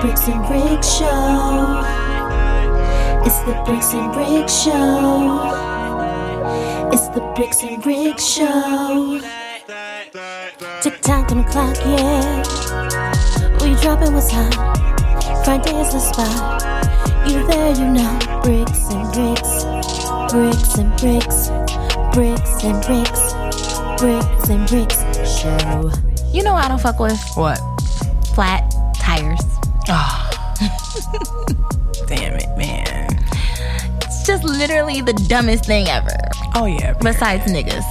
Bricks and Brick Show. It's the Bricks and Brick Show. It's the Bricks and Brick Show. Tick tock, time clock, yeah. We dropping what's hot. Friday is the spot. You there, you know. Bricks and bricks, bricks and bricks, bricks and bricks, bricks and bricks show. You know what I don't fuck with What? flat tires. Damn it, man. It's just literally the dumbest thing ever. Oh yeah. But Besides niggas.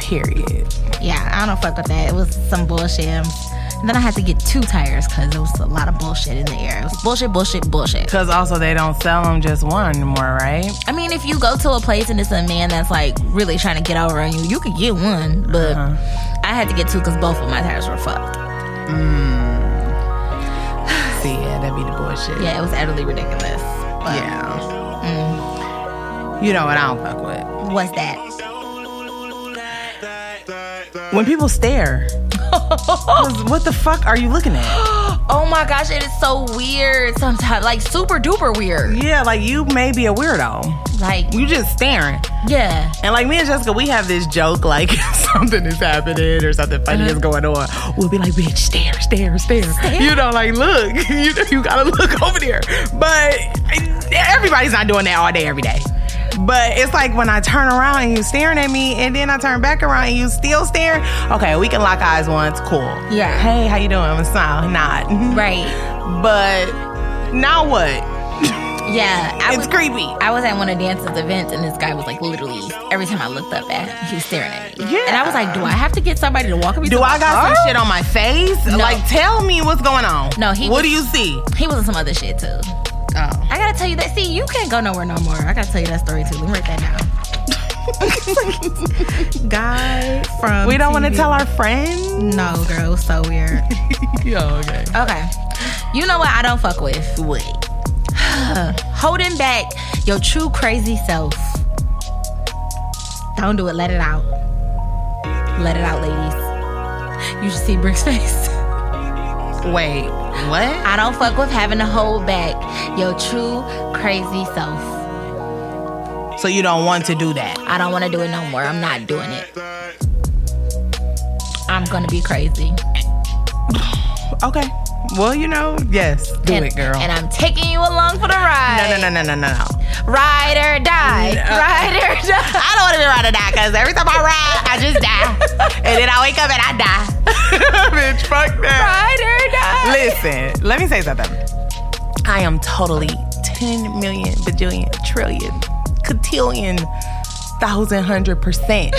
period. Yeah, I don't fuck with that. It was some bullshit. And then I had to get two tires because there was a lot of bullshit in the air. It was bullshit, bullshit, bullshit. Cause also they don't sell them just one anymore, right? I mean, if you go to a place and it's a man that's like really trying to get over on you, you could get one. But I had to get two because both of my tires were fucked. See, yeah, that'd be the bullshit. Yeah, it was utterly ridiculous. But Yeah. Mm. You know what I don't fuck with? what's that? When people stare. 'Cause what the fuck are you looking at? Oh my gosh, it is so weird sometimes. Like super duper weird. Yeah, like you may be a weirdo. Like, You just staring. yeah. And like me and Jessica, we have this joke like something is happening or something funny Uh-huh. is going on. We'll be like, bitch, stare, stare, stare. You know, like look, you know, you gotta look over there. But everybody's not doing that all day, every day. But it's like when I turn around and you staring at me, and then I turn back around and you still staring. Okay, we can lock eyes once, cool. Yeah. Hey, how you doing? I'm smile, not. Right. But now what? Yeah. I was, It's creepy. I was at one of Dance's events and this guy was like literally every time I looked up at him, he was staring at me. Yeah. And I was like, do I have to get somebody to walk me Do to I my got car? some shit on my face? No. Like, tell me what's going on. No, he was- What do you see? He was on some other shit too. Oh. I gotta tell you that. See, you can't go nowhere no more. I gotta tell you that story too. Let me write that down. Guy from We don't want to TV. tell our friends. No, girl, it was so weird. Yeah, okay. Okay. You know what I don't fuck with? What? Holding back your true crazy self. Don't do it. Let it out. Let it out, ladies. You should see Brick's face. Wait, what? I don't fuck with having to hold back your true crazy self. So you don't want to do that? I don't want to do it no more. I'm not doing it. I'm gonna be crazy. Okay. Well, you know, yes, do and, it, girl. And I'm taking you along for the ride. no, no, no, no, no, no, no. Ride or die. Ride or die. I don't want to be around to die because every time I ride, I just die, and then I wake up and I die. Bitch, fuck Ride or die. that. Listen, let me say something. I am totally 10 million, bajillion, trillion, cotillion, thousand, hundred percent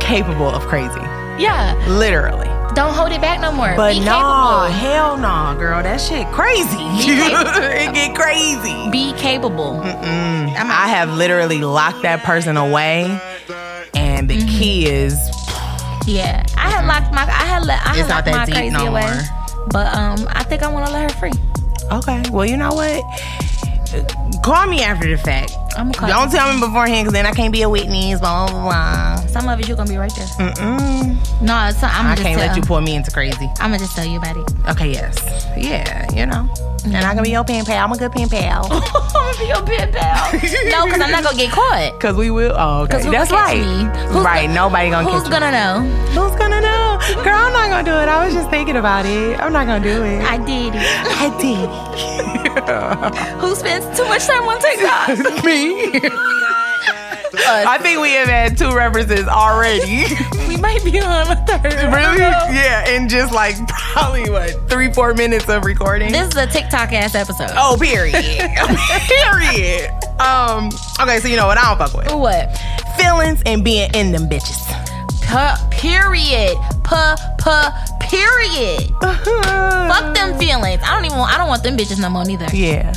capable of crazy. Yeah, Literally. don't hold it back no more. But be no, capable. hell no, girl. That shit crazy. capable. it get crazy. Be capable. I have literally locked that person away, and the Mm-hmm. key is Yeah, I had locked my. I had let. I had It's not locked that my deep crazy no away. more. But um, I think I want to let her free. okay. Well, you know what? Call me after the fact. I'm gonna call. Don't tell me beforehand, because then I can't be a witness. Blah blah. blah. you. Some of it you're gonna be right there. Mm-mm. No, so I'm Mm. gonna I just can't tell, let you pull me into crazy. I'm gonna just tell you about it. Okay, yes, yeah, you know. And I can be your pen pal. I'm a good pen pal. I'm gonna be your pen pal. no, because I'm not gonna get caught. Cause we will. Oh, okay. 'Cause who That's gonna catch right. me? Who's Right. gonna- Nobody gonna Who's catch gonna know? you. Who's gonna know? Girl, I'm not gonna do it. I was just thinking about it. I'm not gonna do it. I did it. I did. Who spends too much time on TikTok? Me. Us. I think we have had two references already. we might be on a third. really? Yeah. In just like probably what three, four minutes of recording. This is a TikTok ass episode. oh, period. period. Um. Okay. So you know what? I don't fuck with What? feelings and being in them bitches. Puh, period. Puh, puh, period. Uh-huh. Fuck them feelings. I don't even. Want, I don't want them bitches no more neither. Yeah.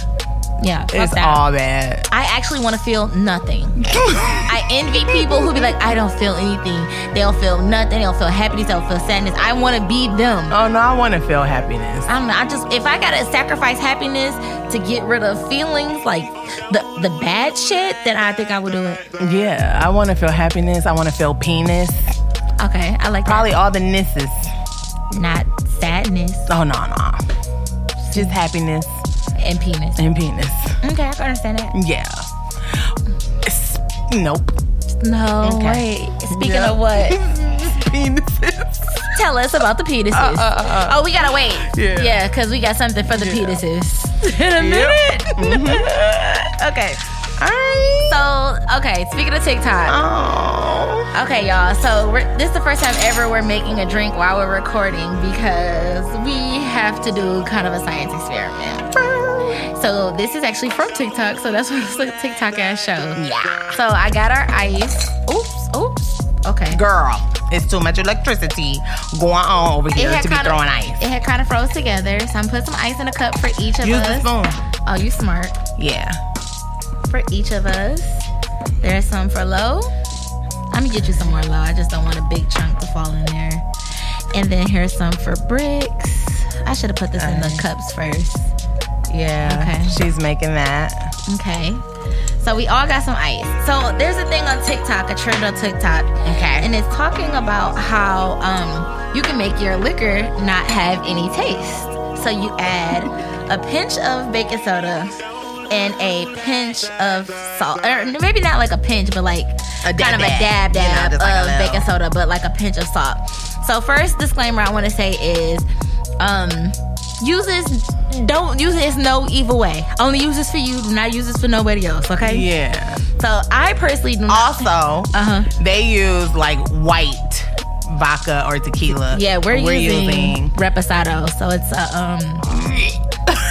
Yeah, fuck It's that. all bad. I actually want to feel nothing. I envy people who be like, I don't feel anything. They don't feel nothing. They don't feel happiness. They don't feel sadness. I want to be them. Oh no, I want to feel happiness. I'm. I just if I gotta sacrifice happiness to get rid of feelings like the the bad shit, then I think I would do it. Yeah, I want to feel happiness. I want to feel penis. Okay, I like Probably all the nisses. that. not sadness. Oh no, no. Just happiness and penis. and penis. Okay, I can understand that. Yeah. It's- nope. No, Okay. wait. Speaking Yeah. of what, Penises. tell us about the penises. Uh, Oh, we gotta wait. Yeah. yeah, because we got something for the Yeah. penises in a minute. okay. Mm-hmm. All right. So, okay, speaking of TikTok. Oh. Okay, y'all. So, we're, this is the first time ever we're making a drink while we're recording because we have to do kind of a science experiment. So, this is actually from TikTok. So, that's why it's a TikTok ass show. Yeah. So, I got our ice. Oops, oops. Okay. Girl, it's too much electricity going on over here to be kinda- throwing ice. It had kind of froze together. So, I'm putting some ice in a cup for each of Use the us. spoon. Oh, you smart. Yeah. for each of us. There's some for low. I'm gonna get you some more low. I just don't want a big chunk to fall in there. And then here's some for bricks. I should have put this in the cups first. Yeah. Okay. She's making that. Okay. So we all got some ice. So there's a thing on TikTok, a trend on TikTok. Okay. And it's talking about how um, you can make your liquor not have any taste. So you add a pinch of baking soda and a pinch of salt. Or maybe not like a pinch, but like A dab kind of a dab dab. You know, dab just like a of little- baking soda, but like a pinch of salt. So first disclaimer I want to say is um use this don't use this no evil way. Only use this for you, do not use this for nobody else, okay? Yeah. So I personally do not Also, Uh-huh. they use like white vodka or tequila. Yeah, we're, using, reposado. So it's a um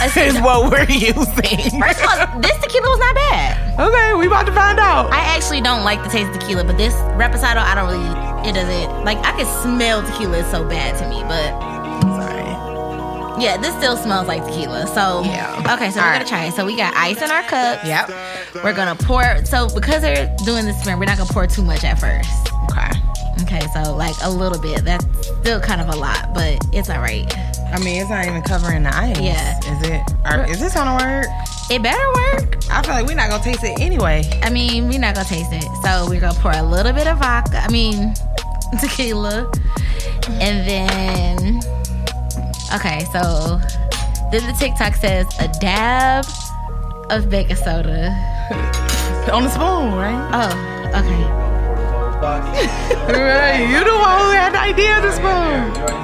This is what we're using. First of all, this tequila was not bad. okay, we about to find out. I actually don't like the taste of tequila, but this reposado I don't really it doesn't like I can smell tequila it's so bad to me, but Sorry. yeah, this still smells like tequila. So Yeah. okay, so All we're right. gonna try it. So we got ice in our cups. Yep. We're gonna pour. So because they're doing this experiment, we're not gonna pour too much at first. Okay. Okay, so like a little bit. That's still kind of a lot, but it's all right. I mean, it's not even covering the ice. Yeah. Is it? Or, is this gonna work? It better work. I feel like we're not gonna taste it anyway. I mean, we're not gonna taste it. So we're gonna pour a little bit of vodka. I mean, tequila, and then okay. So then the TikTok says a dab of baking soda. On the spoon, right? Oh, okay. right. You the one who had the idea of the spoon.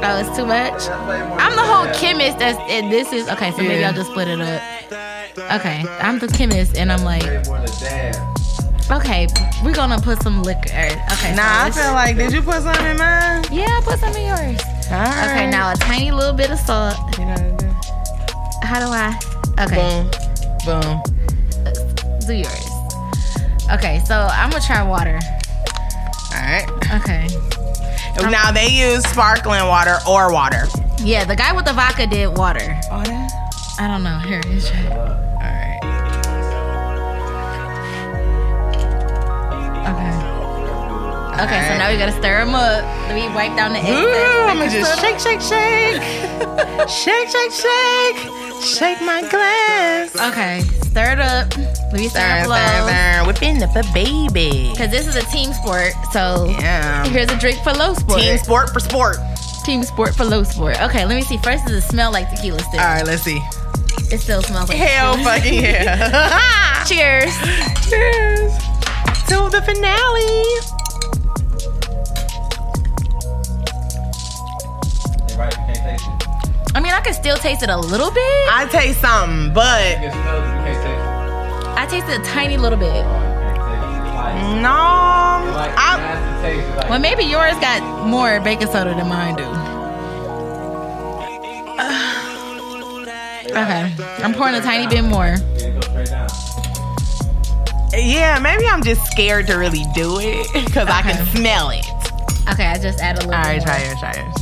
Oh, it's too much. I'm the whole chemist. That's and this is okay. So maybe Yeah. I'll just split it up. Okay, I'm the chemist, and I'm like, okay, we're gonna put some liquor. Okay, Nah, I feel like did you put something in mine? yeah, put some in yours. Alright. Okay, now a tiny little bit of salt. You know what to How do I? Okay, do. Boom. Boom. do yours. Okay, so I'm gonna try water. All right. Okay. Now they use sparkling water or water. Yeah, the guy with the vodka did water. All that. I don't know. Here, you try. All right. Okay. Okay, so now we gotta stir them up. We wipe down the excess. I'm gonna just shake, shake, shake, shake, shake, shake, shake my glass. Okay, stir it up. Let me stir Sir, it sir, low. sir, whipping up a baby. Cause this is a team sport, so Yeah. here's a drink for low sport. Team Team, sport for sport. sport for low sport. Okay, let me see. First, does it smell like tequila still? All right, let's see. It still smells like Hell tequila. fucking yeah. Cheers. Cheers to the finale. Right, you can't taste it. I mean, I can still taste it a little bit. I taste something, but You can smell it, you can't taste it. I tasted a tiny little bit. Oh, you can't taste it. Like, no. like I, nasty taste. Like, Well, Mm. maybe yours got more baking soda than mine do. Okay, I'm pouring a tiny bit more. it goes straight down. Yeah, maybe I'm just scared to really do it because I can Okay. smell it. Okay, I just add a little. All right, bit more. try yours, try yours.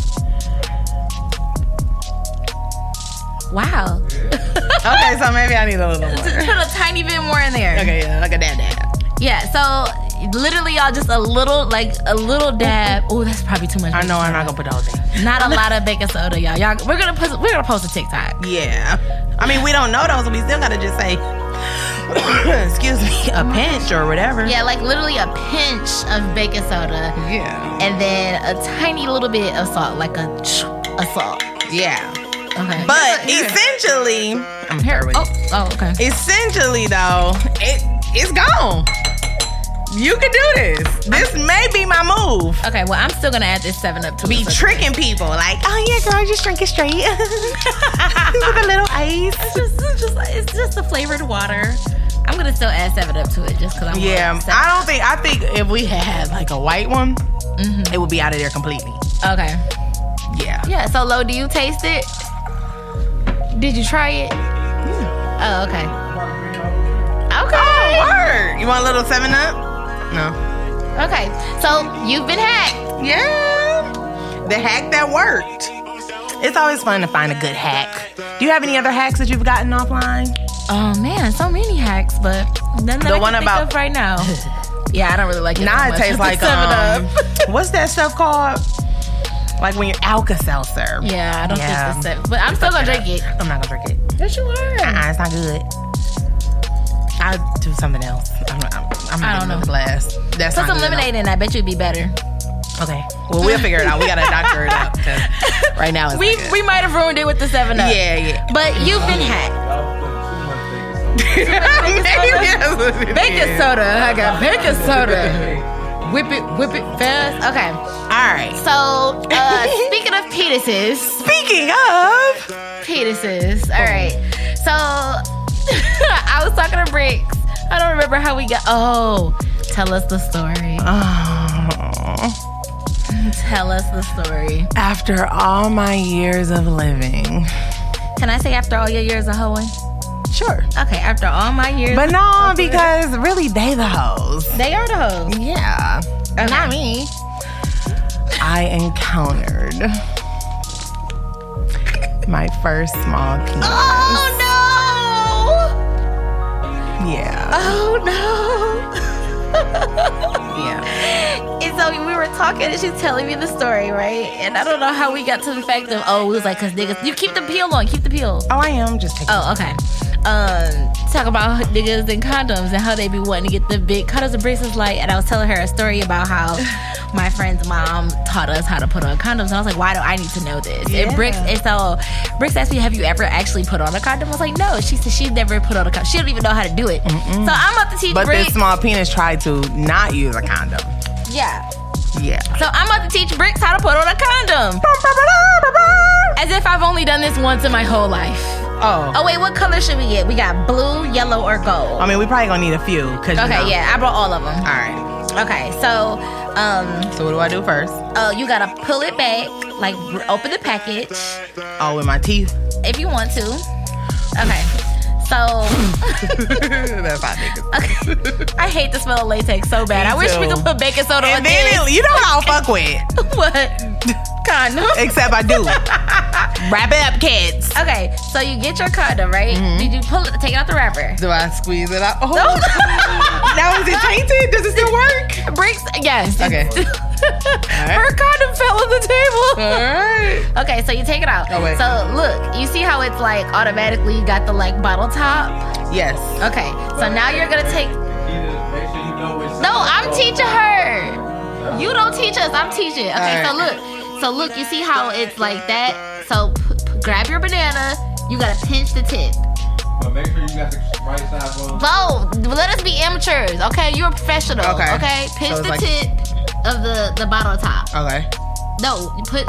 Wow, Okay, so maybe I need a little just more. put a tiny bit more in there. Okay, yeah, like a dab dab. Yeah. So literally, y'all just a little, like a little dab. Oh, that's probably too much. I know I'm not gonna put the whole thing. Not a lot of baking soda, y'all. Y'all, we're gonna post. We're gonna post a TikTok. Yeah, I mean we don't know those, so we still gotta just say, excuse me, a pinch or whatever. Yeah, like literally a pinch of baking soda. yeah, and then a tiny little bit of salt, like a ch- a salt. yeah. Okay. But You're a- you're a- essentially, I'm here with Oh, oh, okay. essentially though, it it's gone. You can do this. This may be my move. Okay, well, I'm still gonna add this seven up to Be it, so- tricking people like, oh yeah, girl, just drink it straight with a little ice. It's just, it's just, it's just the flavored water. I'm gonna still add seven up to it just because I'm. Yeah, gonna- I don't think. I think if we had like a white one, it would be out of there completely. Mm-hmm. okay. Yeah. Yeah. So, low. Do you taste it? Did you try it? Oh, okay. Okay. Word. You want a little seven up? No. Oh, Okay. So you've been hacked. Yeah. The hack that worked. It's always fun to find a good hack. Do you have any other hacks that you've gotten offline? Oh man, so many hacks, but none that I The can one think about- of right now. yeah, I don't really like it. Nah, so it much. tastes It's a like um, seven up. what's that stuff called? Like when you're Alka Seltzer. Yeah, I don't Yeah. think it's the seven, but I'm still gonna drink it. I'm not gonna drink it. Yes, you are. Uh-uh, it's not good. I'll do something else. I'm, I'm, I'm I not don't gonna know. glass. That's Put some not good enough. lemonade in. I bet you'd be better. Okay. Well, we'll figure it out. We gotta doctor it up. 'cause Right now, it's We not good. we might have ruined it with the seven up. yeah, yeah. But you've been hacked. Maybe that's what it Baking is. soda. I got baking soda. Whip it, whip it fast. Okay. All right. So uh, speaking of penises, Speaking of, penises. All right. So I was talking to Bricks. I don't remember how we got. Oh, tell us the story. oh, Tell us the story. after all my years of living, Can I say after all your years of hoeing? sure, Okay, after all my years, but no, because really, they the hoes. they are the hoes. Yeah, Not me. I encountered my first small penis. Oh no! Yeah, Oh no! Oh, yeah. And so we were talking, and she's telling me the story, right? And I don't know how we got to the fact of oh, we was like, cause niggas, you keep the peel on, keep the peel. Oh, I am just taking. Oh, okay. Um, talk about niggas and condoms and how they be wanting to get the big condoms and bracelets. Like, and I was telling her a story about how my friend's mom taught us how to put on condoms, and I was like, why do I need to know this? And Bricks, and so Bricks asked me, have you ever actually put on a condom? I was like, no. She said she never put on a condom. She don't even know how to do it. So I'm about to teach But Bricks. this small penis tried to not use a condom. yeah. Yeah. So I'm about to teach Bricks how to put on a condom. As if I've only done this once in my whole life. Oh. Oh wait, what color should we get? We got blue, yellow, or gold. I mean, we probably gonna need a few. Cause you Okay, know. yeah, I brought all of them. All right. Okay, so um, So what do I do first? uh, you gotta pull it back, like r- open the package Oh, with my teeth. if you want to. Okay, so That's how niggas. okay, I hate the smell of latex so bad. Me I wish we too. could put baking soda on And then this. it, you know what I'll fuck with. what condom? Except I do. Wrap it up, kids. Okay, so you get your condom right. Mm-hmm. Did you pull it? Take out the wrapper. Do I squeeze it out? Oh. now is it tainted? Does it still work? Bricks, yes. Okay. Her condom fell on the table. right. Okay, so you take it out. Oh, wait. So look, you see how it's like automatically got the like bottle top. Yes. Okay, so now you're gonna take. Make sure you know which No, I'm teaching her. You don't teach us. I'm teaching. Okay, All so look, so look, you see how it's like that. So p- p- grab your banana. You gotta pinch the tip. But make sure you got the right side one. Bo, let us be amateurs. Okay, you're a professional. Okay. Okay, pinch So the it's like- tip of the the bottle top. Okay. No, you put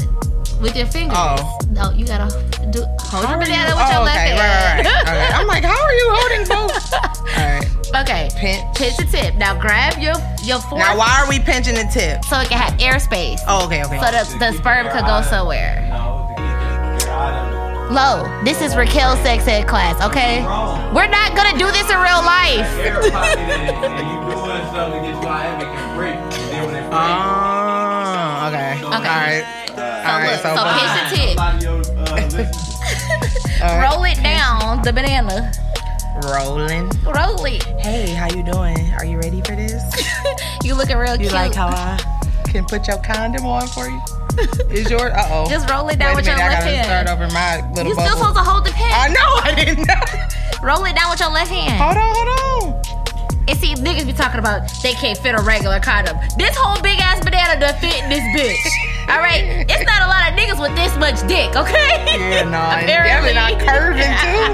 with your fingers. Oh. No, you gotta do hold your banana with your oh, left okay. Right, hand. right, right. Okay. I'm like, how are you holding both? All right. Okay. Pinch. Pinch the tip. Now grab your your fork Now, why are we pinching the tip? so it can have airspace. Oh, okay, okay. So the, the sperm could go somewhere. No, to keep your, your eye Low. This is Raquel's sex ed class, okay? Wrong. We're not gonna do this in real life. Air pocket in it, and you doing stuff to get your eye and make it break. And then when it breaks, Uh, Oh, okay. Okay. All right. All right. look, So, so fine. pinch- Here's the tip. A lot of your uh, listeners All right. Roll it down, the banana. rolling. Roll it. Hey, how you doing? Are you ready for this? you looking real You cute. like how I can put your condom on for you? Is your uh oh? Just roll it down Wait with your a minute, I left gotta start hand. over my little You still bubble. supposed to hold the I pen. know I didn't know. Roll it down with your left hand. Hold on, hold on. And see, niggas be talking about they can't fit a regular condom. This whole big ass banana done fit in this bitch. All right, it's not a lot of niggas niggas with this much dick, okay? Yeah, no, and Apparently. definitely not curving too.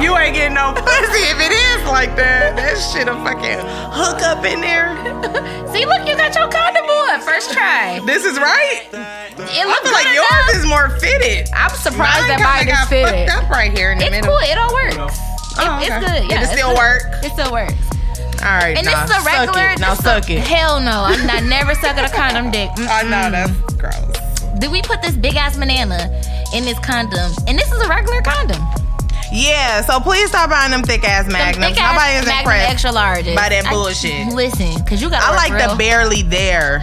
you ain't getting no pussy if it is like that. That shit a fucking hook up in there. See, look, you got your condom on first try. This is right. It I looks feel like yours is more fitted. I'm surprised Mine that mine kinda is got fitted. fucked up right here in the It's middle. cool. It all works. Oh, It- okay. It's good. Did Yeah, it it's still good. work? It still works. All right. And nah, this is a suck it. regular. Now this is a- suck it. Hell no. I'm not never sucking a condom dick. Mm. Oh no, that's gross. Did we put this big ass banana in this condom? And this is a regular condom. Yeah, so please stop buying them thick ass magnums. Thick ass Nobody is Magnum impressed. extra large. by that bullshit. listen, because you got I like real. the barely there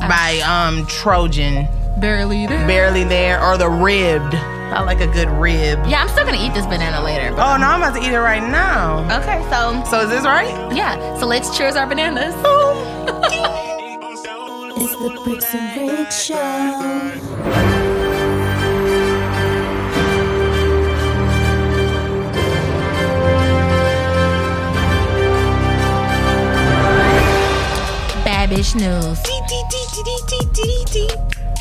by um Trojan. barely there. Barely there or the ribbed. I like a good rib. Yeah, I'm still going to eat this banana later. but- Oh no, I'm about to eat it right now. Okay, so So is this right? yeah. So let's cheers our bananas. It's the Bricks and Bricks Show. Babish news.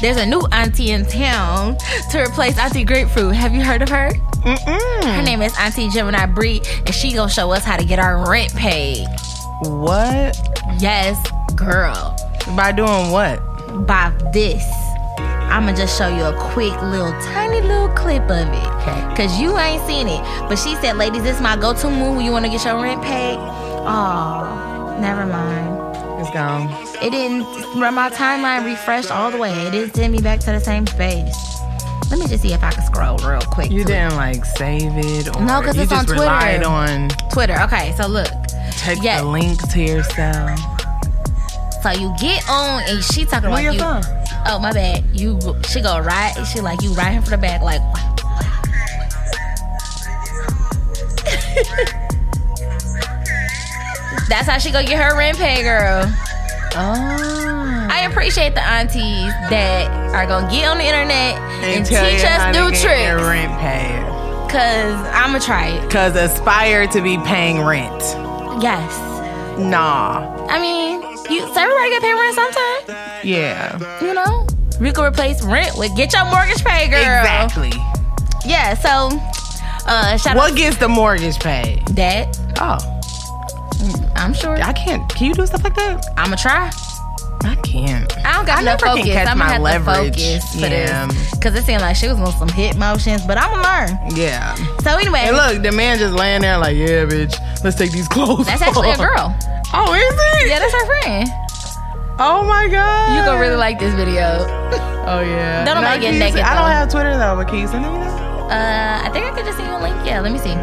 There's a new auntie in town to replace Auntie Grapefruit. Have you heard of her? Mm-mm. Her name is Auntie Gemini Bree, and she gonna show us how to get our rent paid. What? Yes, girl. By doing what? By this, I'ma just show you a quick little tiny little clip of it. Cause you ain't seen it. But she said, ladies, this is my go-to move when you wanna get your rent paid. Oh, never mind. It's gone. It didn't run my timeline refreshed all the way. It didn't send me back to the same space. Let me just see if I can scroll real quick. You to didn't like save it or No, 'cause you it's just on Twitter. relied on Twitter. Okay, so look. text Yeah. the link to yourself. So you get on and she talking Where about your you. phone? Oh my bad. You she go right. She like you right here for the back. Like that's how she go get her rent pay, girl. Oh. I appreciate the aunties that are gonna get on the internet and, And tell teach you how us to new get tricks. Your rent paid. Cause I'ma try it. Cause aspire to be paying rent. Yes. Nah. I mean, you so everybody get paid rent sometime. Yeah. You know? We can replace rent with get your mortgage paid, girl. Exactly. Yeah, so uh shout What out gets the mortgage paid? to that. Oh, I'm sure. I can't. Can you do stuff like that? I'ma try. I can't. I don't got I no never can focus. catch I'm my gonna have leverage. to focus for Yeah. this. Cause it seemed like she was on some hit motions, but I'ma learn. Yeah. So anyway, And look, the man just laying there like, yeah, bitch, let's take these clothes. that's actually a off." girl. Oh, is it? Yeah, that's her friend. Oh my god. You gonna really like this video. Oh yeah. Don't nobody No, get can you naked, send- I don't though. have Twitter though, but can you send me that? Uh, I think I could just send you a link. Yeah, let me see.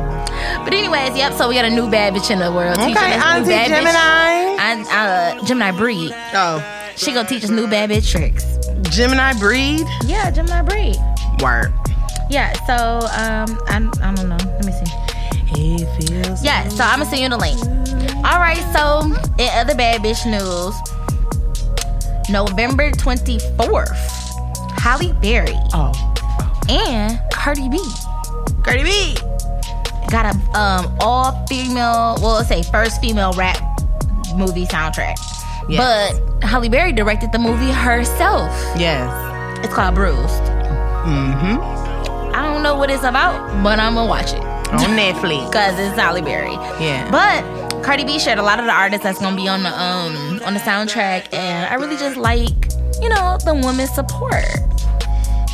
But anyways, yep. So we got a new bad bitch in the world. Teaching Okay, us new Auntie bad bitch- Gemini. And uh, Gemini breed. Oh, She gonna teach us new bad bitch tricks. Gemini breed. Yeah, Gemini breed. Word. Yeah. So um, I, I don't know. Let me see. It feels. Yeah. So I'm gonna send you the link. All right. So in other bad bitch news, November 24th, Holly Berry Oh, and Cardi B Cardi B. got a um all female. Well, let's say first female rap movie soundtrack. Yes. But Holly Berry directed the movie herself. Yes. It's called Bruised. Mm-hmm. I don't know what it's about, but I'm gonna watch it On Netflix. because it's Holly Berry. Yeah. But Cardi B shared a lot of the artists that's gonna be on the um on the soundtrack, and I really just like you know the woman support.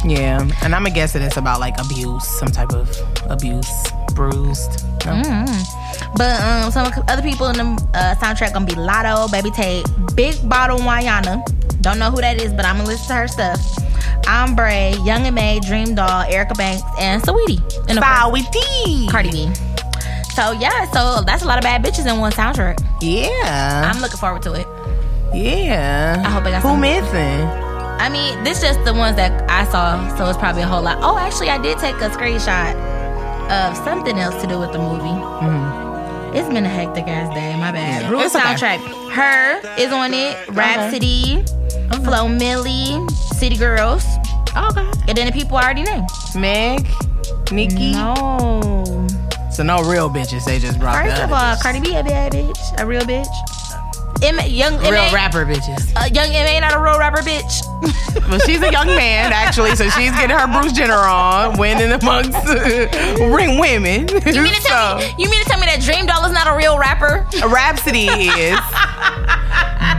Yeah, and I'm gonna guess that it's about like abuse, some type of abuse, bruised. No? Mm. But um some other people in the uh, soundtrack gonna be Lotto, Baby Tate, Big Bottle Wayana. Don't know who that is, but I'm gonna listen to her stuff. Ombre, Young and May, Dream Doll, Erica Banks, and Saweetie. In the Bow with D. Cardi B. So yeah, so that's a lot of bad bitches in one soundtrack. Yeah. I'm looking forward to it. yeah. I hope I got Who some- missing? I mean, this just the ones that I saw, so it's probably a whole lot. Oh, actually, I did take a screenshot of something else to do with the movie. It's been a hectic ass day. My bad. Mm-hmm. Yeah, Rules it's okay. soundtrack. Her is on Uh-huh. it. Rhapsody, Flo Millie, City Girls, Okay. and then the people I already named. Meg, Nikki. No. So no real bitches. They just brought. First the of other all, bitches. Cardi B a bad bitch, a real bitch. M- young Real MA rapper bitches. Uh, young MA not a real rapper, bitch. Well, she's a young man actually, so she's getting her Bruce Jenner on, winning amongst ring women. You mean to tell me? You mean to tell me that Dream Doll is not a real rapper? Rhapsody is.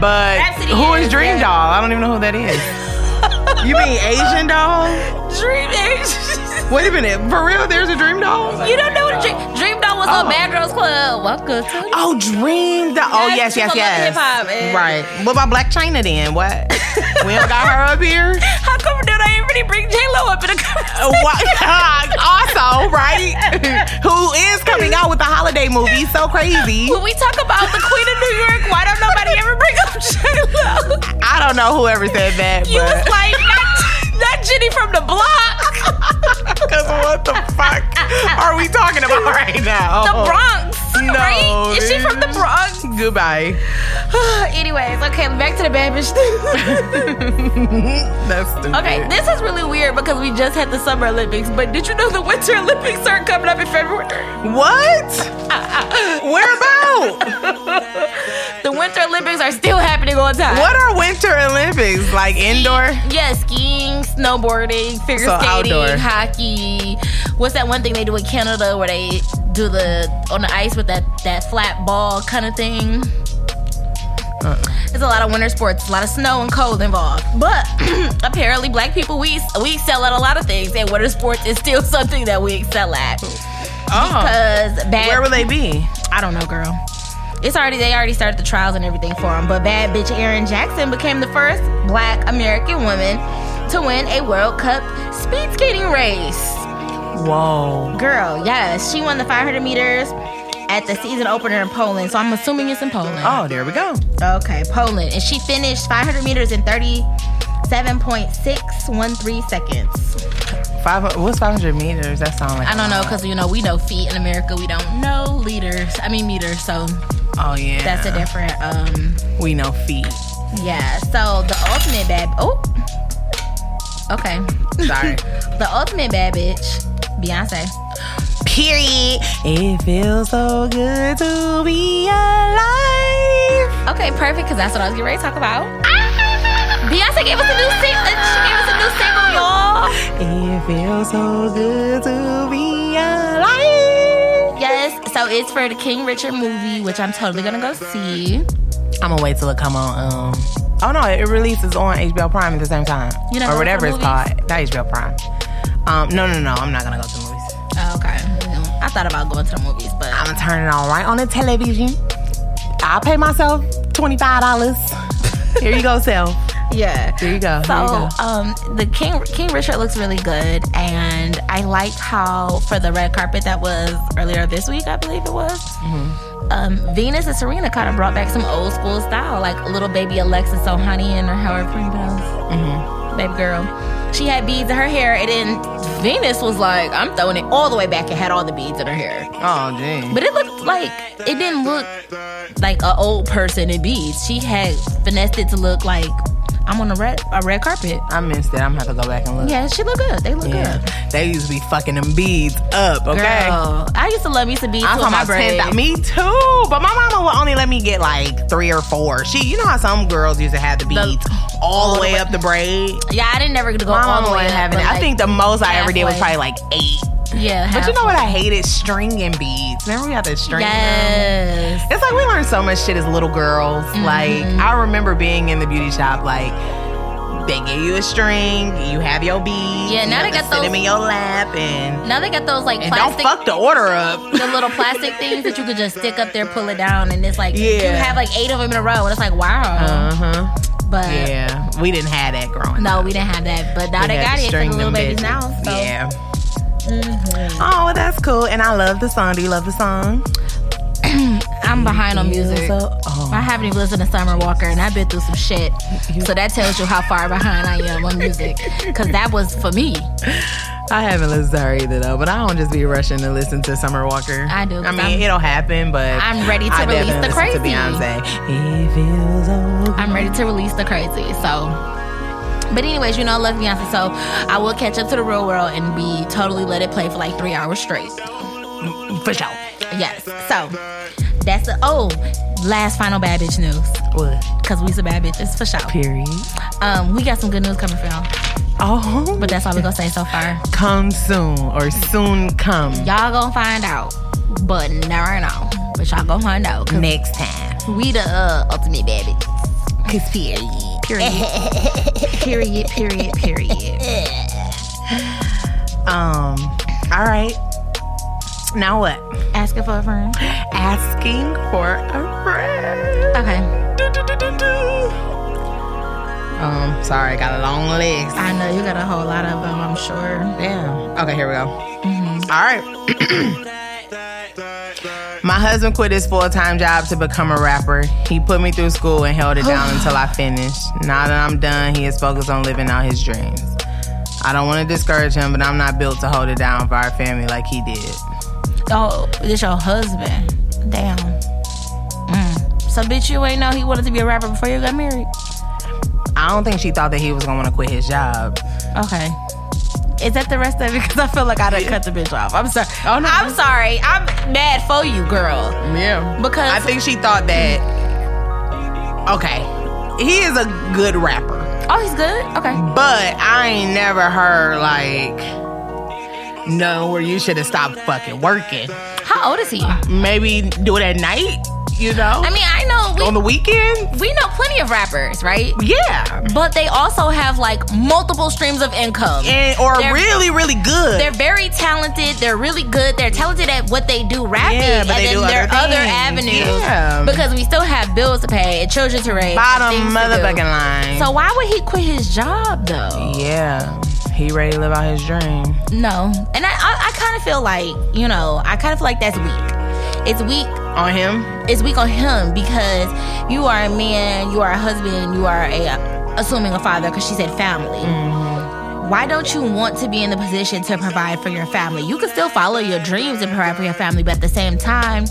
But Rhapsody who is is, Dream yeah. Doll? I don't even know who that is. You mean Asian Doll? Dream Wait a minute. For real, there's a Dream Doll? You don't know what a Dream, dream Doll was on Oh. Bad Girls Club. Welcome to the Oh, Dream Doll. Oh, Yes, yes, yes, she's a yes. love hip-hop, and- Right. What about Black China then? What? we don't got her up here? How come did I already bring J Lo up in a conversation? What? also, right? Who is coming out with a holiday movie? So crazy. When we talk about the Queen of New York, why don't nobody ever bring up J Lo? I don't know whoever said that, You was but like not, not Jenny from the block, because what the fuck are we talking about right now? the Bronx, No, right? Is she from the bitch. Bronx? Goodbye. Anyways, okay, back to the bad bitch. That's stupid. okay, this is really weird because we just had the Summer Olympics, but did you know the Winter Olympics are coming up in February? What? Uh, Where about? The Winter Olympics are still happening on time. what are Winter Olympics? Like indoor? Yeah, skiing, snowboarding, figure So skating, outdoor. hockey. What's that one thing they do in Canada where they do the on the ice with that that flat ball kind of thing? Uh-uh. There's a lot of winter sports, a lot of snow and cold involved. But apparently, black people we we excel at a lot of things, and winter sports is still something that we excel at. Oh. Cause bad, Where will they be? I don't know, girl. It's already they already started the trials and everything for him. But bad bitch Erin Jackson became the first Black American woman to win a World Cup speed skating race. Whoa. Girl, yes, she won the 500 meters at the season opener in Poland. So I'm assuming it's in Poland. Oh, there we go. Okay, Poland, and she finished 500 meters in 37.613 seconds. Five. What's 500 meters? That sounds like. I don't know, cause you know we know feet in America. We don't know liters. I mean meters. So Oh yeah. that's a different. um We know feet. Yeah, so the ultimate bad oh Okay. Sorry. The ultimate bad bitch, Beyonce. Period. It feels so good to be alive. Okay, perfect, because that's what I was getting ready to talk about. Beyonce gave us a new single. She gave us a new single, y'all. It feels so good to be alive. Yes, so it's for the King Richard movie, which I'm totally gonna go see. I'm gonna wait till it come on. Um, oh no, it releases on HBO Prime at the same time, You're not or going whatever to it's the called. Not HBO Prime. Um, no, no, no, I'm not gonna go to the movies. Okay. I thought about going to the movies, but I'm gonna turn it on right on the television. I'll pay myself twenty five dollars. Here you go, self. yeah. Here you go. Here you So go. um, the King King Richard looks really good, and I liked how for the red carpet that was earlier this week, I believe it was. Um, Venus and Serena kind of brought back some old school style, like little baby Alexis Ohanian or however you pronounce, baby girl. She had beads in her hair, and then Venus was like, "I'm throwing it all the way back," and had all the beads in her hair. Oh, gee. But it looked like it didn't look like an old person in beads. She had finessed it to look like I'm on a red a red carpet. I missed it. I'm gonna have to go back and look. Yeah, she look good. They look good. Yeah. They used to be fucking them beads up, Girl, okay? I used to love me some beads I'm with talking my about ten braids. thousand. Me too, but my mama would only let me get like three or four. She, you know how some girls used to have the beads all the way up the braid. Yeah, I didn't never go My all mama the way wasn't up, having it. but, I like, think the most I ever did was halfway. probably like eight. yeah. But you know halfway. what I hated? Stringing beads. Remember we had to string them? Yes. Mm-hmm. It's like we learned so much shit as little girls. Like I remember being in the beauty shop, like they give you a string, you have your beads. Yeah, you now have they to got sit those- them in your lap, and, Now they got those like and don't plastic, fuck the order up. the little plastic things that you could just stick up there, pull it down, and it's like you Yeah. have like eight of them in a row, and it's like wow. Uh huh. but Yeah, we didn't have that growing. up. no, we didn't have that. But now We they had got to it for the string little them babies bitches. now. So. Mm-hmm. Yeah. Oh, that's cool, and I love the song. Do you love the song? I'm behind on music. So- oh. I haven't even listened to Summer Walker, and I've been through some shit. So that tells you how far behind I am on music, because that was for me. I haven't listened to her either though, but I don't just be rushing to listen to Summer Walker. I do, 'cause I mean, I'm- it'll happen, but I'm ready to I release definitely the listen crazy. To Beyonce. It feels so I'm ready to release the crazy. So. But anyways, you know I love Beyonce, so I will catch up to the real world and be totally let it play for like three hours straight. good. for sure. Yes. So That's the oh last final bad bitch news What? because we some bad bitches for sure. Period. Um, we got some good news coming for y'all, Oh, but that's all we gonna say so far. come soon or soon come Y'all gonna find out, but never know. But y'all gonna find out. 'cause next time. We the uh, ultimate bad bitches. Cause period, period, period, period, period. Um. All right. Now what? Asking for a friend. Asking for a friend. Okay, Um. Sorry, I got a long list. I know you got a whole lot of them. I'm sure. Damn. Okay, here we go. All right. My husband quit his full time job to become a rapper. He put me through school and held it down until I finished. Now that I'm done, he is focused on living out his dreams. I don't want to discourage him, but I'm not built to hold it down for our family like he did. Oh, this your husband? Damn. Mm. So, bitch, you ain't know he wanted to be a rapper before you got married. I don't think she thought that he was gonna want to quit his job. Okay. Is that the rest of it? Because I feel like I done cut the bitch off. I'm sorry. Oh, no. I'm sorry. I'm mad for you, girl. Yeah. Because I think she thought that. Okay, he is a good rapper. oh, he's good. Okay. But I ain't never heard like no where you should have stopped fucking working. How old is he? I Maybe do it at night, you know? mean, I know on the weekend? we we know plenty of rappers, right? Yeah. But they also have like multiple streams of income. And or They're- really, really good. They're very talented. They're really good. They're talented at what they do rapping. Yeah, but and they then do there other are other things. avenues. Yeah. Because we still have bills to pay and children to raise. and Bottom things to motherfucking do. line. So why would he quit his job though? yeah. He ready to live out his dream. No. And I I, I kind of feel like, you know, I kind of feel like that's weak. It's weak. On him? It's weak on him because you are a man, you are a husband, you are a assuming a father because she said family. Mm-hmm. Why don't you want to be in the position to provide for your family? You can still follow your dreams and provide for your family, but at the same time,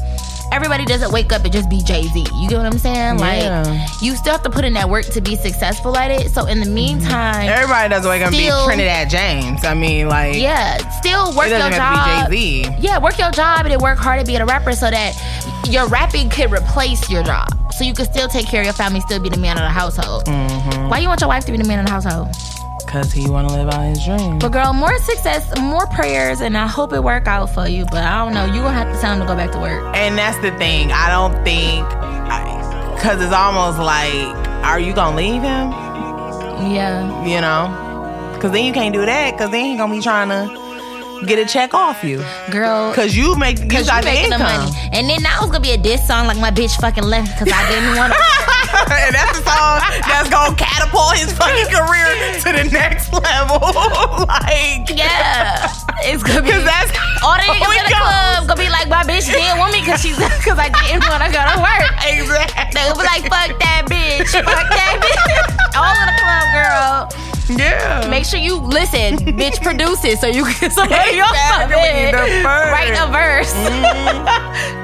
everybody doesn't wake up and just be Jay Z. You get what I'm saying? Yeah. Mm-hmm. Like, you still have to put in that work to be successful at it. So, in the meantime, Everybody doesn't wake up and be Still- Trinidad James. I mean, like, yeah, still work it your doesn't job. have to be Jay Z. yeah, work your job and then work hard at being a rapper so that your rapping could replace your job. So you can still take care of your family, still be the man of the household. Mm. Mm-hmm. Why you want your wife to be the man of the household? Because he want to live out his dream. But girl, more success, more prayers, and I hope it work out for you. But I don't know, you gonna have to tell him to go back to work. And that's the thing. I don't think, because it's almost like, are you gonna leave him? Yeah, You know, because then you can't do that. Because then he gonna be trying to get a check off you. girl. Because you make you Cause got you making the the income. money, and then now it's gonna be a diss song like my bitch fucking left because I didn't want to. and that's the song that's gonna catapult his fucking career to the next level. like, Yeah, it's gonna be. 'Cause that's all the niggas how it in the goes. club gonna be like, my bitch didn't want me because she's because I didn't want to go to work. They exactly. gonna be like, fuck that bitch, fuck that bitch. all in the club, girl. Yeah. Make sure you listen. bitch produces so you can somebody else Exactly, we need the fucking Mm-hmm. verse. write a verse.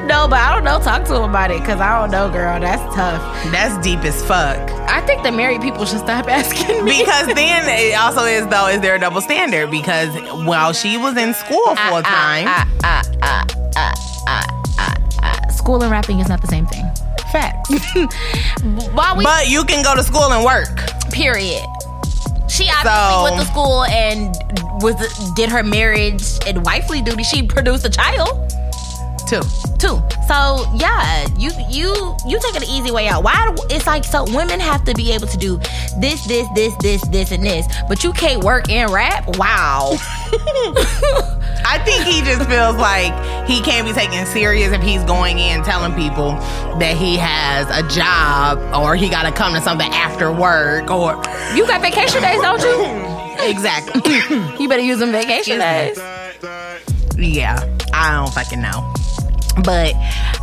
no, but I don't know. Talk to him about it because I don't know, girl. That's tough. that's deep as fuck. I think the married people should stop asking me. because then it also is though is there a double standard because while she was in school Ah, full time ah, School and rapping is not the same thing. facts While we but you can go to school and work period. She obviously So- went to school and was did her marriage and wifely duty. She produced a child too too. So yeah, you you you taking the easy way out. Why do- it's like so women have to be able to do this this this this this and this, but you can't work and rap. Wow. i think he just feels like he can't be taken serious if he's going in telling people that he has a job or he gotta come to something after work or you got vacation days, don't you? exactly You better use them vacation days. yeah i don't fucking know but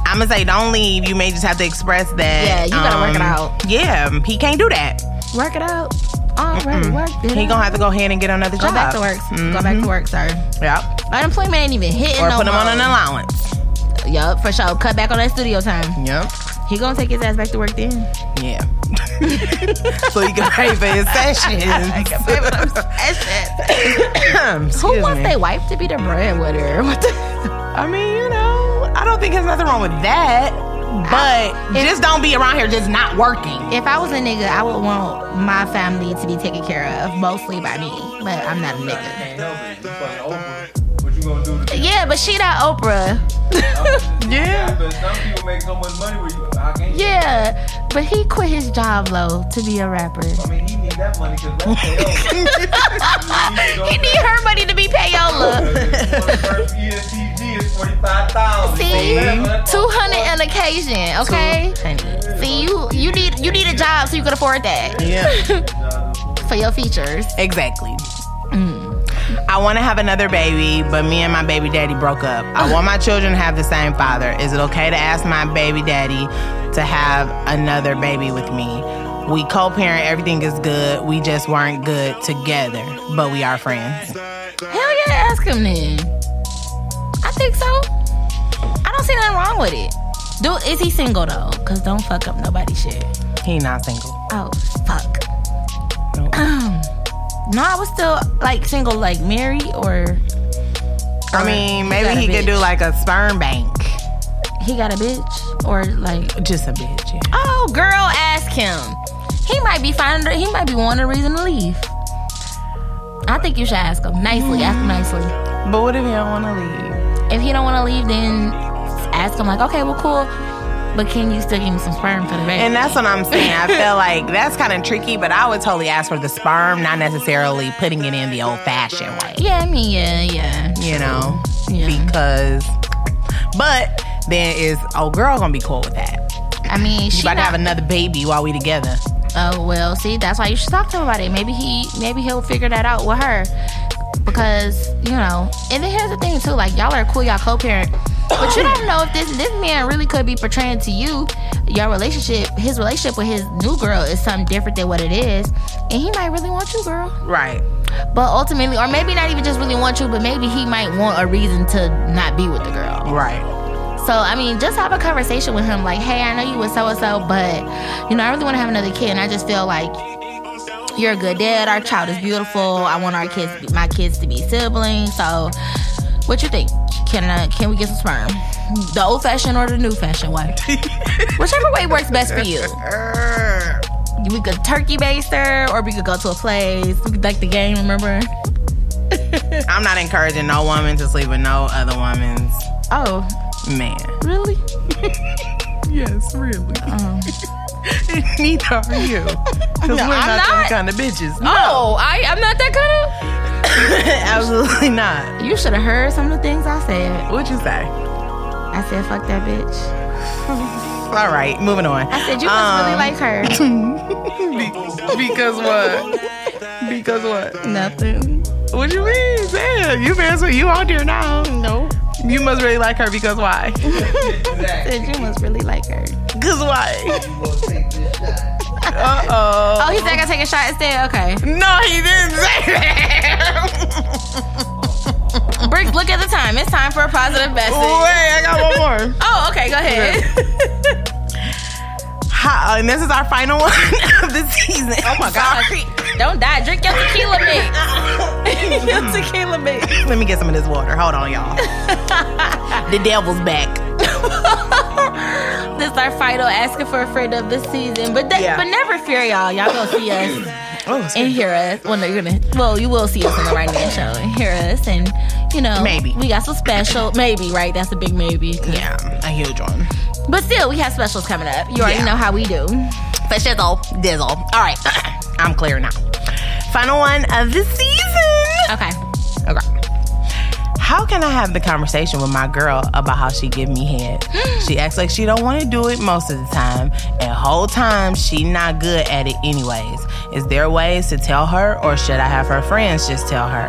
i'm gonna say don't leave you may just have to express that Yeah, um, you gotta work it out. yeah he can't do that Work it out. Already work. it He out. gonna have to go ahead and get another go job. Mm-hmm. back to work. Go back to work, sir. Yep. Unemployment ain't even hitting Or no put him more. on an allowance. Yup, for sure. Cut back on that studio time. Yep. He gonna take his ass back to work then. Yeah. so he can pay for his sessions. Who Excuse wants me. their wife to be the breadwinner? What the? I mean, you know, I don't think there's nothing wrong with that. But just don't be around here just not working. If I was a nigga, I would want my family to be taken care of, mostly by me. But I'm not a nigga. Can't help it. You fucking Oprah. What you gonna do to Yeah, but she not Oprah. Yeah. But some people make so much money with you. I can't. Yeah, but he quit his job low to be a rapper. I mean, he need that money because that's the He need her money to be payola. first E ESTG is 45,000. See, two hundred an occasion, okay? See, you you need you need a job so you can afford that Yeah. for your features. Exactly. Mm. I want to have another baby, but me and my baby daddy broke up. I want my children to have the same father. Is it okay to ask my baby daddy to have another baby with me? We co parent, everything is good. We just weren't good together, but we are friends. Hell yeah, ask him then. I think so. I don't see nothing wrong with it. Do is he single though? Cause don't fuck up nobody's shit. He not single. Oh fuck. no, I was still like single, like married or. I or mean, got maybe a he could bitch. do like a sperm bank. He got a bitch or like. Just a bitch, yeah. Oh, girl, ask him. He might be finding. He might be wanting a reason to leave. I think you should ask him nicely. Ask him nicely. But what if he don't want to leave? if he don't want to leave, then ask him like, okay, well, cool, but can you still give me some sperm for the baby? And that's what I'm saying. I feel like that's kind of tricky, but I would totally ask for the sperm, not necessarily putting it in the old fashioned way. yeah, I mean, yeah, yeah, you know, yeah. because. But then is old girl gonna be cool with that? I mean, You she about not, to have another baby while we together? Oh well, see, that's why you should talk to him about it. Maybe he, maybe he'll figure that out with her, because you know. And then here's the thing too, like y'all are cool, y'all co-parent, but you don't know if this this man really could be portraying to you your relationship, his relationship with his new girl is something different than what it is, and he might really want you, girl. Right. But ultimately, or maybe not even just really want you, but maybe he might want a reason to not be with the girl. Right. So I mean, just have a conversation with him, like, hey, I know you with so and so, but you know, I really want to have another kid, and I just feel like you're a good dad. Our child is beautiful. I want our kids, to be, my kids, to be siblings. So, what you think? Can I, can we get some sperm? The old fashioned or the new fashioned way? Whichever way works best for you. We could turkey baster, or we could go to a place. We could like the game. Remember? I'm not encouraging no woman to sleep with no other woman's Oh, man. Really? Yes, really. Neither are you. Because we're I'm not, them not. kind of bitches. Oh. Oh, I, I'm not that kind Absolutely not. of. You should have heard some of the things I said. What'd you say? I said, fuck that bitch. All right, moving on. I said, you must really Um, like her. Be- because what? Because what? Nothing. What you mean? Damn, you fans, you out there now? No. You must really like her because why? I said, you must really like her. Because why? Uh oh. Oh, he said, I gotta take a shot instead? Okay. No, he didn't say that. Bricks, look at the time. It's time for a positive Wait, message. I got one more. Oh, okay, go ahead. uh, Hi, and this is our final one of the season. Oh my gosh. Don't die. Drink your tequila mix. your tequila mix. Let me get some of this water. Hold on, y'all. the devil's back. This our final asking for a friend of the season. But that, Yeah. but never fear, y'all. Y'all gonna see us. Oh, and hear us. Well, no, you're gonna. Well, you will see us on the right now show and hear us, and you know, Maybe. we got some special. Maybe right? That's a big maybe. Yeah, a huge one. But still, we have specials coming up. You already Yeah. know how we do. For shizzle, dizzle. All right, I'm clear now. Final one of the season. Okay. Okay. How can I have the conversation with my girl about how she give me head? she acts like she don't want to do it most of the time, and whole time she not good at it anyways. Is there ways to tell her, or should I have her friends just tell her?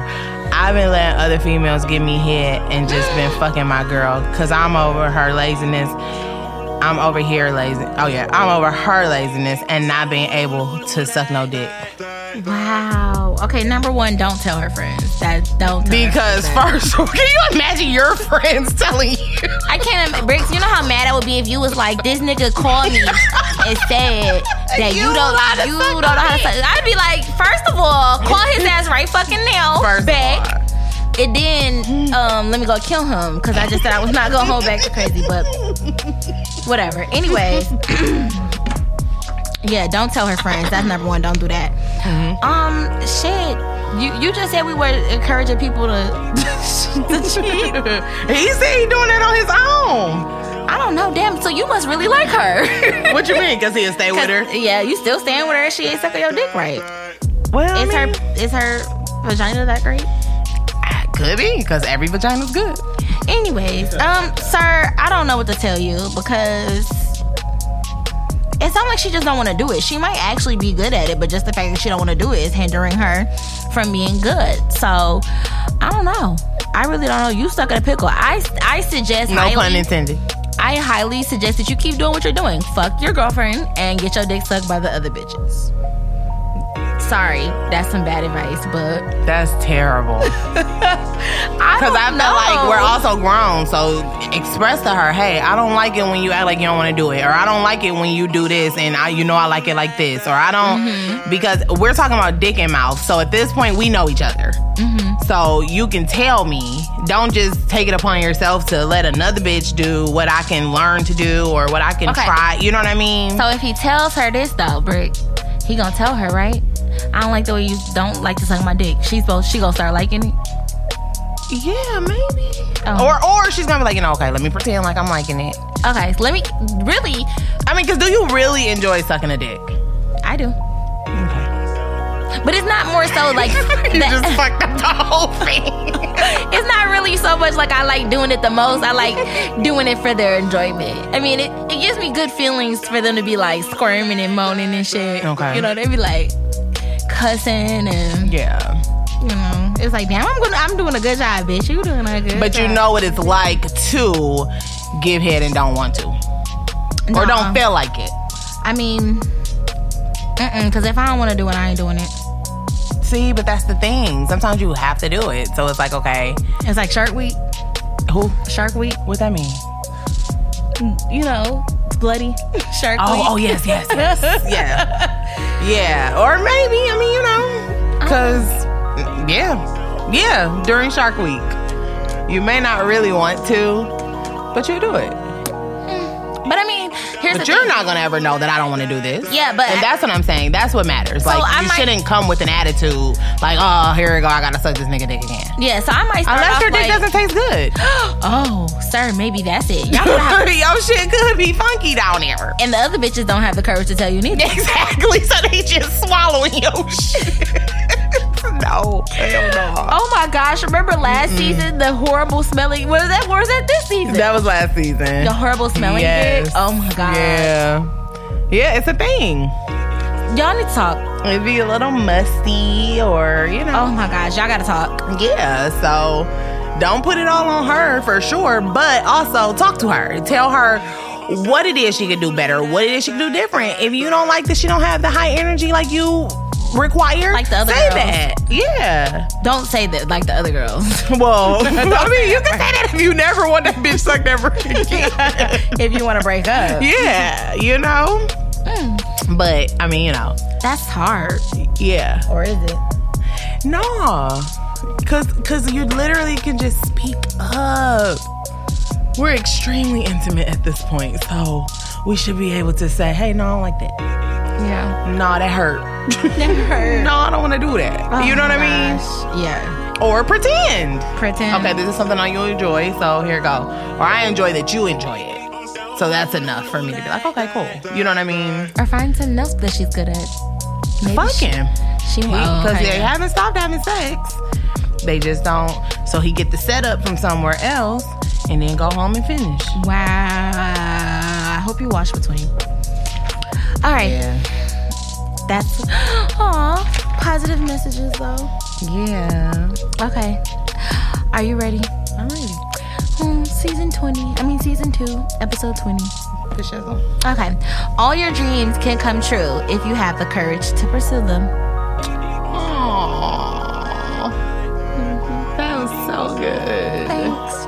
I've been letting other females give me head and just been fucking my girl because I'm over her laziness I'm over here lazy. Oh yeah, I'm over her laziness and not being able to suck no dick Wow. Okay. Number one, don't tell her friends. That don't. Tell because her friends first, can you imagine your friends telling you? that. I can't. im- Briggs, you know how mad I would be if you was like, this nigga called me and said that you, You don't don't know how to you don't suck no know how to dick. suck. I'd be like, first of all, call his ass right fucking now. First back. of all, And then um, let me go kill him because I just said I was not gonna hold back the crazy. But Whatever. Anyways. yeah, don't tell her friends. That's number one. Don't do that. Mm-hmm. Um, shit. You you just said we were encouraging people to to cheat. He said he doing that on his own. I don't know, damn. So you must really like her. What you mean? Cause he'll stay with her. Yeah, you still staying with her. She ain't sucking your dick right. Well, I Is mean, her is her vagina that great? could be, cause every vagina's good. Anyways, um, sir, I don't know what to tell you because it's not like she just don't want to do it. She might actually be good at it, but just the fact that she don't want to do it is hindering her from being good. So I don't know. I really don't know. You stuck in a pickle. I I suggest No highly- pun intended. I highly suggest that you keep doing what you're doing. Fuck your girlfriend and get your dick sucked by the other bitches. Sorry, that's some bad advice, but That's terrible. I Cause don't I feel know. like we're also grown, so express to her, hey, I don't like it when you act like you don't want to do it, or I don't like it when you do this, and I, you know, I like it like this, or I don't, Mm-hmm. because we're talking about dick and mouth. So at this point, we know each other. Mm-hmm. So you can tell me. Don't just take it upon yourself to let another bitch do what I can learn to do or what I can Okay. try. You know what I mean? So if he tells her this though, Brick, he gonna tell her, right? I don't like the way you don't like to suck my dick. She's supposed she gonna start liking it. yeah, maybe. Oh. Or or she's gonna be like, you know, okay, let me pretend like I'm liking it. Okay, so let me really I mean, cause do you really enjoy sucking a dick? I do. But it's not more so like You that- just fucked up the whole thing. it's not really so much like I like doing it the most. I like doing it for their enjoyment. I mean, it, it gives me good feelings for them to be like squirming and moaning and shit. Okay. You know, they be like cussing and Yeah. you know, it's like damn, I'm gonna, I'm doing a good job, bitch. You doing a good. But you job. know what it's like to give head and don't want to. Nuh-uh. Or don't feel like it. I mean, mm because if I don't want to do it, I ain't doing it. See, but that's the thing. Sometimes you have to do it. So it's like, okay, It's like Shark Week. who? Shark Week. What that mean? You know, it's bloody Shark Oh, Week. oh yes, yes, yes, yeah, yeah. Or maybe I mean, you know, because yeah, yeah. During Shark Week, you may not really want to, but you do it. But I mean, here's But the you're thing. not gonna ever know that I don't want to do this. Yeah, but- and that's what I'm saying. That's what matters. like I you might- shouldn't come with an attitude like, oh, here we go, I gotta suck this nigga dick again. yeah, so I might start Unless off your dick like, doesn't taste good. Oh, sir, maybe that's it. Y'all don't have, Your shit could be funky down there. and the other bitches don't have the courage to tell you neither. Exactly. So they just swallowing your shit. no. Hell no. Oh my gosh! Remember last season the horrible smelling? Was that? Where was that this season? That was last season. the horrible smelling Yes. dick. Oh my god! Yeah. Yeah, it's a thing. Y'all need to talk. It'd be a little musty or, you Oh know. my gosh! Y'all gotta talk. Yeah, so don't put it all on her for sure, but also talk to her. Tell her what it is she could do better, what it is she could do different. If you don't like that she don't have the high energy like you require, Like the other say girls. that. Yeah. Don't say that like the other girls. Well, I mean, you can say that if you never want that bitch sucked ever again. if you want to break up, yeah, you know. Hmm. But I mean, you know, that's hard. yeah. Or is it? No, cause cause you literally can just speak up. We're extremely intimate at this point, so we should be able to say, "Hey, no, I don't like that. Yeah. No, that hurt. That hurt. No, I don't want to do that. you know what I mean? Yeah. Or pretend. Pretend. Okay, this is something I you enjoy, so here go. Or I enjoy that you enjoy it. So that's enough for me to be like, okay, cool. You know what I mean? Or find something else that she's good at. Maybe she- Fucking. She because okay. they haven't stopped having sex. They just don't. So he get the setup from somewhere else and then go home and finish. Wow. I hope you wash between. All right. That's. Aw. Positive messages though. Yeah. Okay. Are you ready? I'm ready. Hmm, season 20. I mean, season 2, episode 20. The shizzle. Okay. All your dreams can come true if you have the courage to pursue them. Aww. That was so good. Thanks.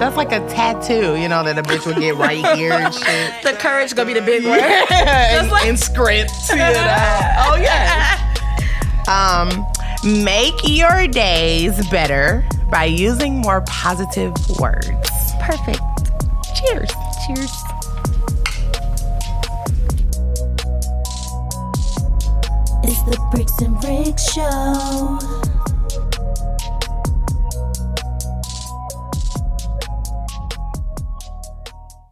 That's like a tattoo, you know, that a bitch would get right here and shit. The courage gonna be the big one. Yeah, and, and scripts. You know? oh yeah. Um, make your days better by using more positive words. Perfect. Cheers. Cheers. It's the Bricks and Brick Show.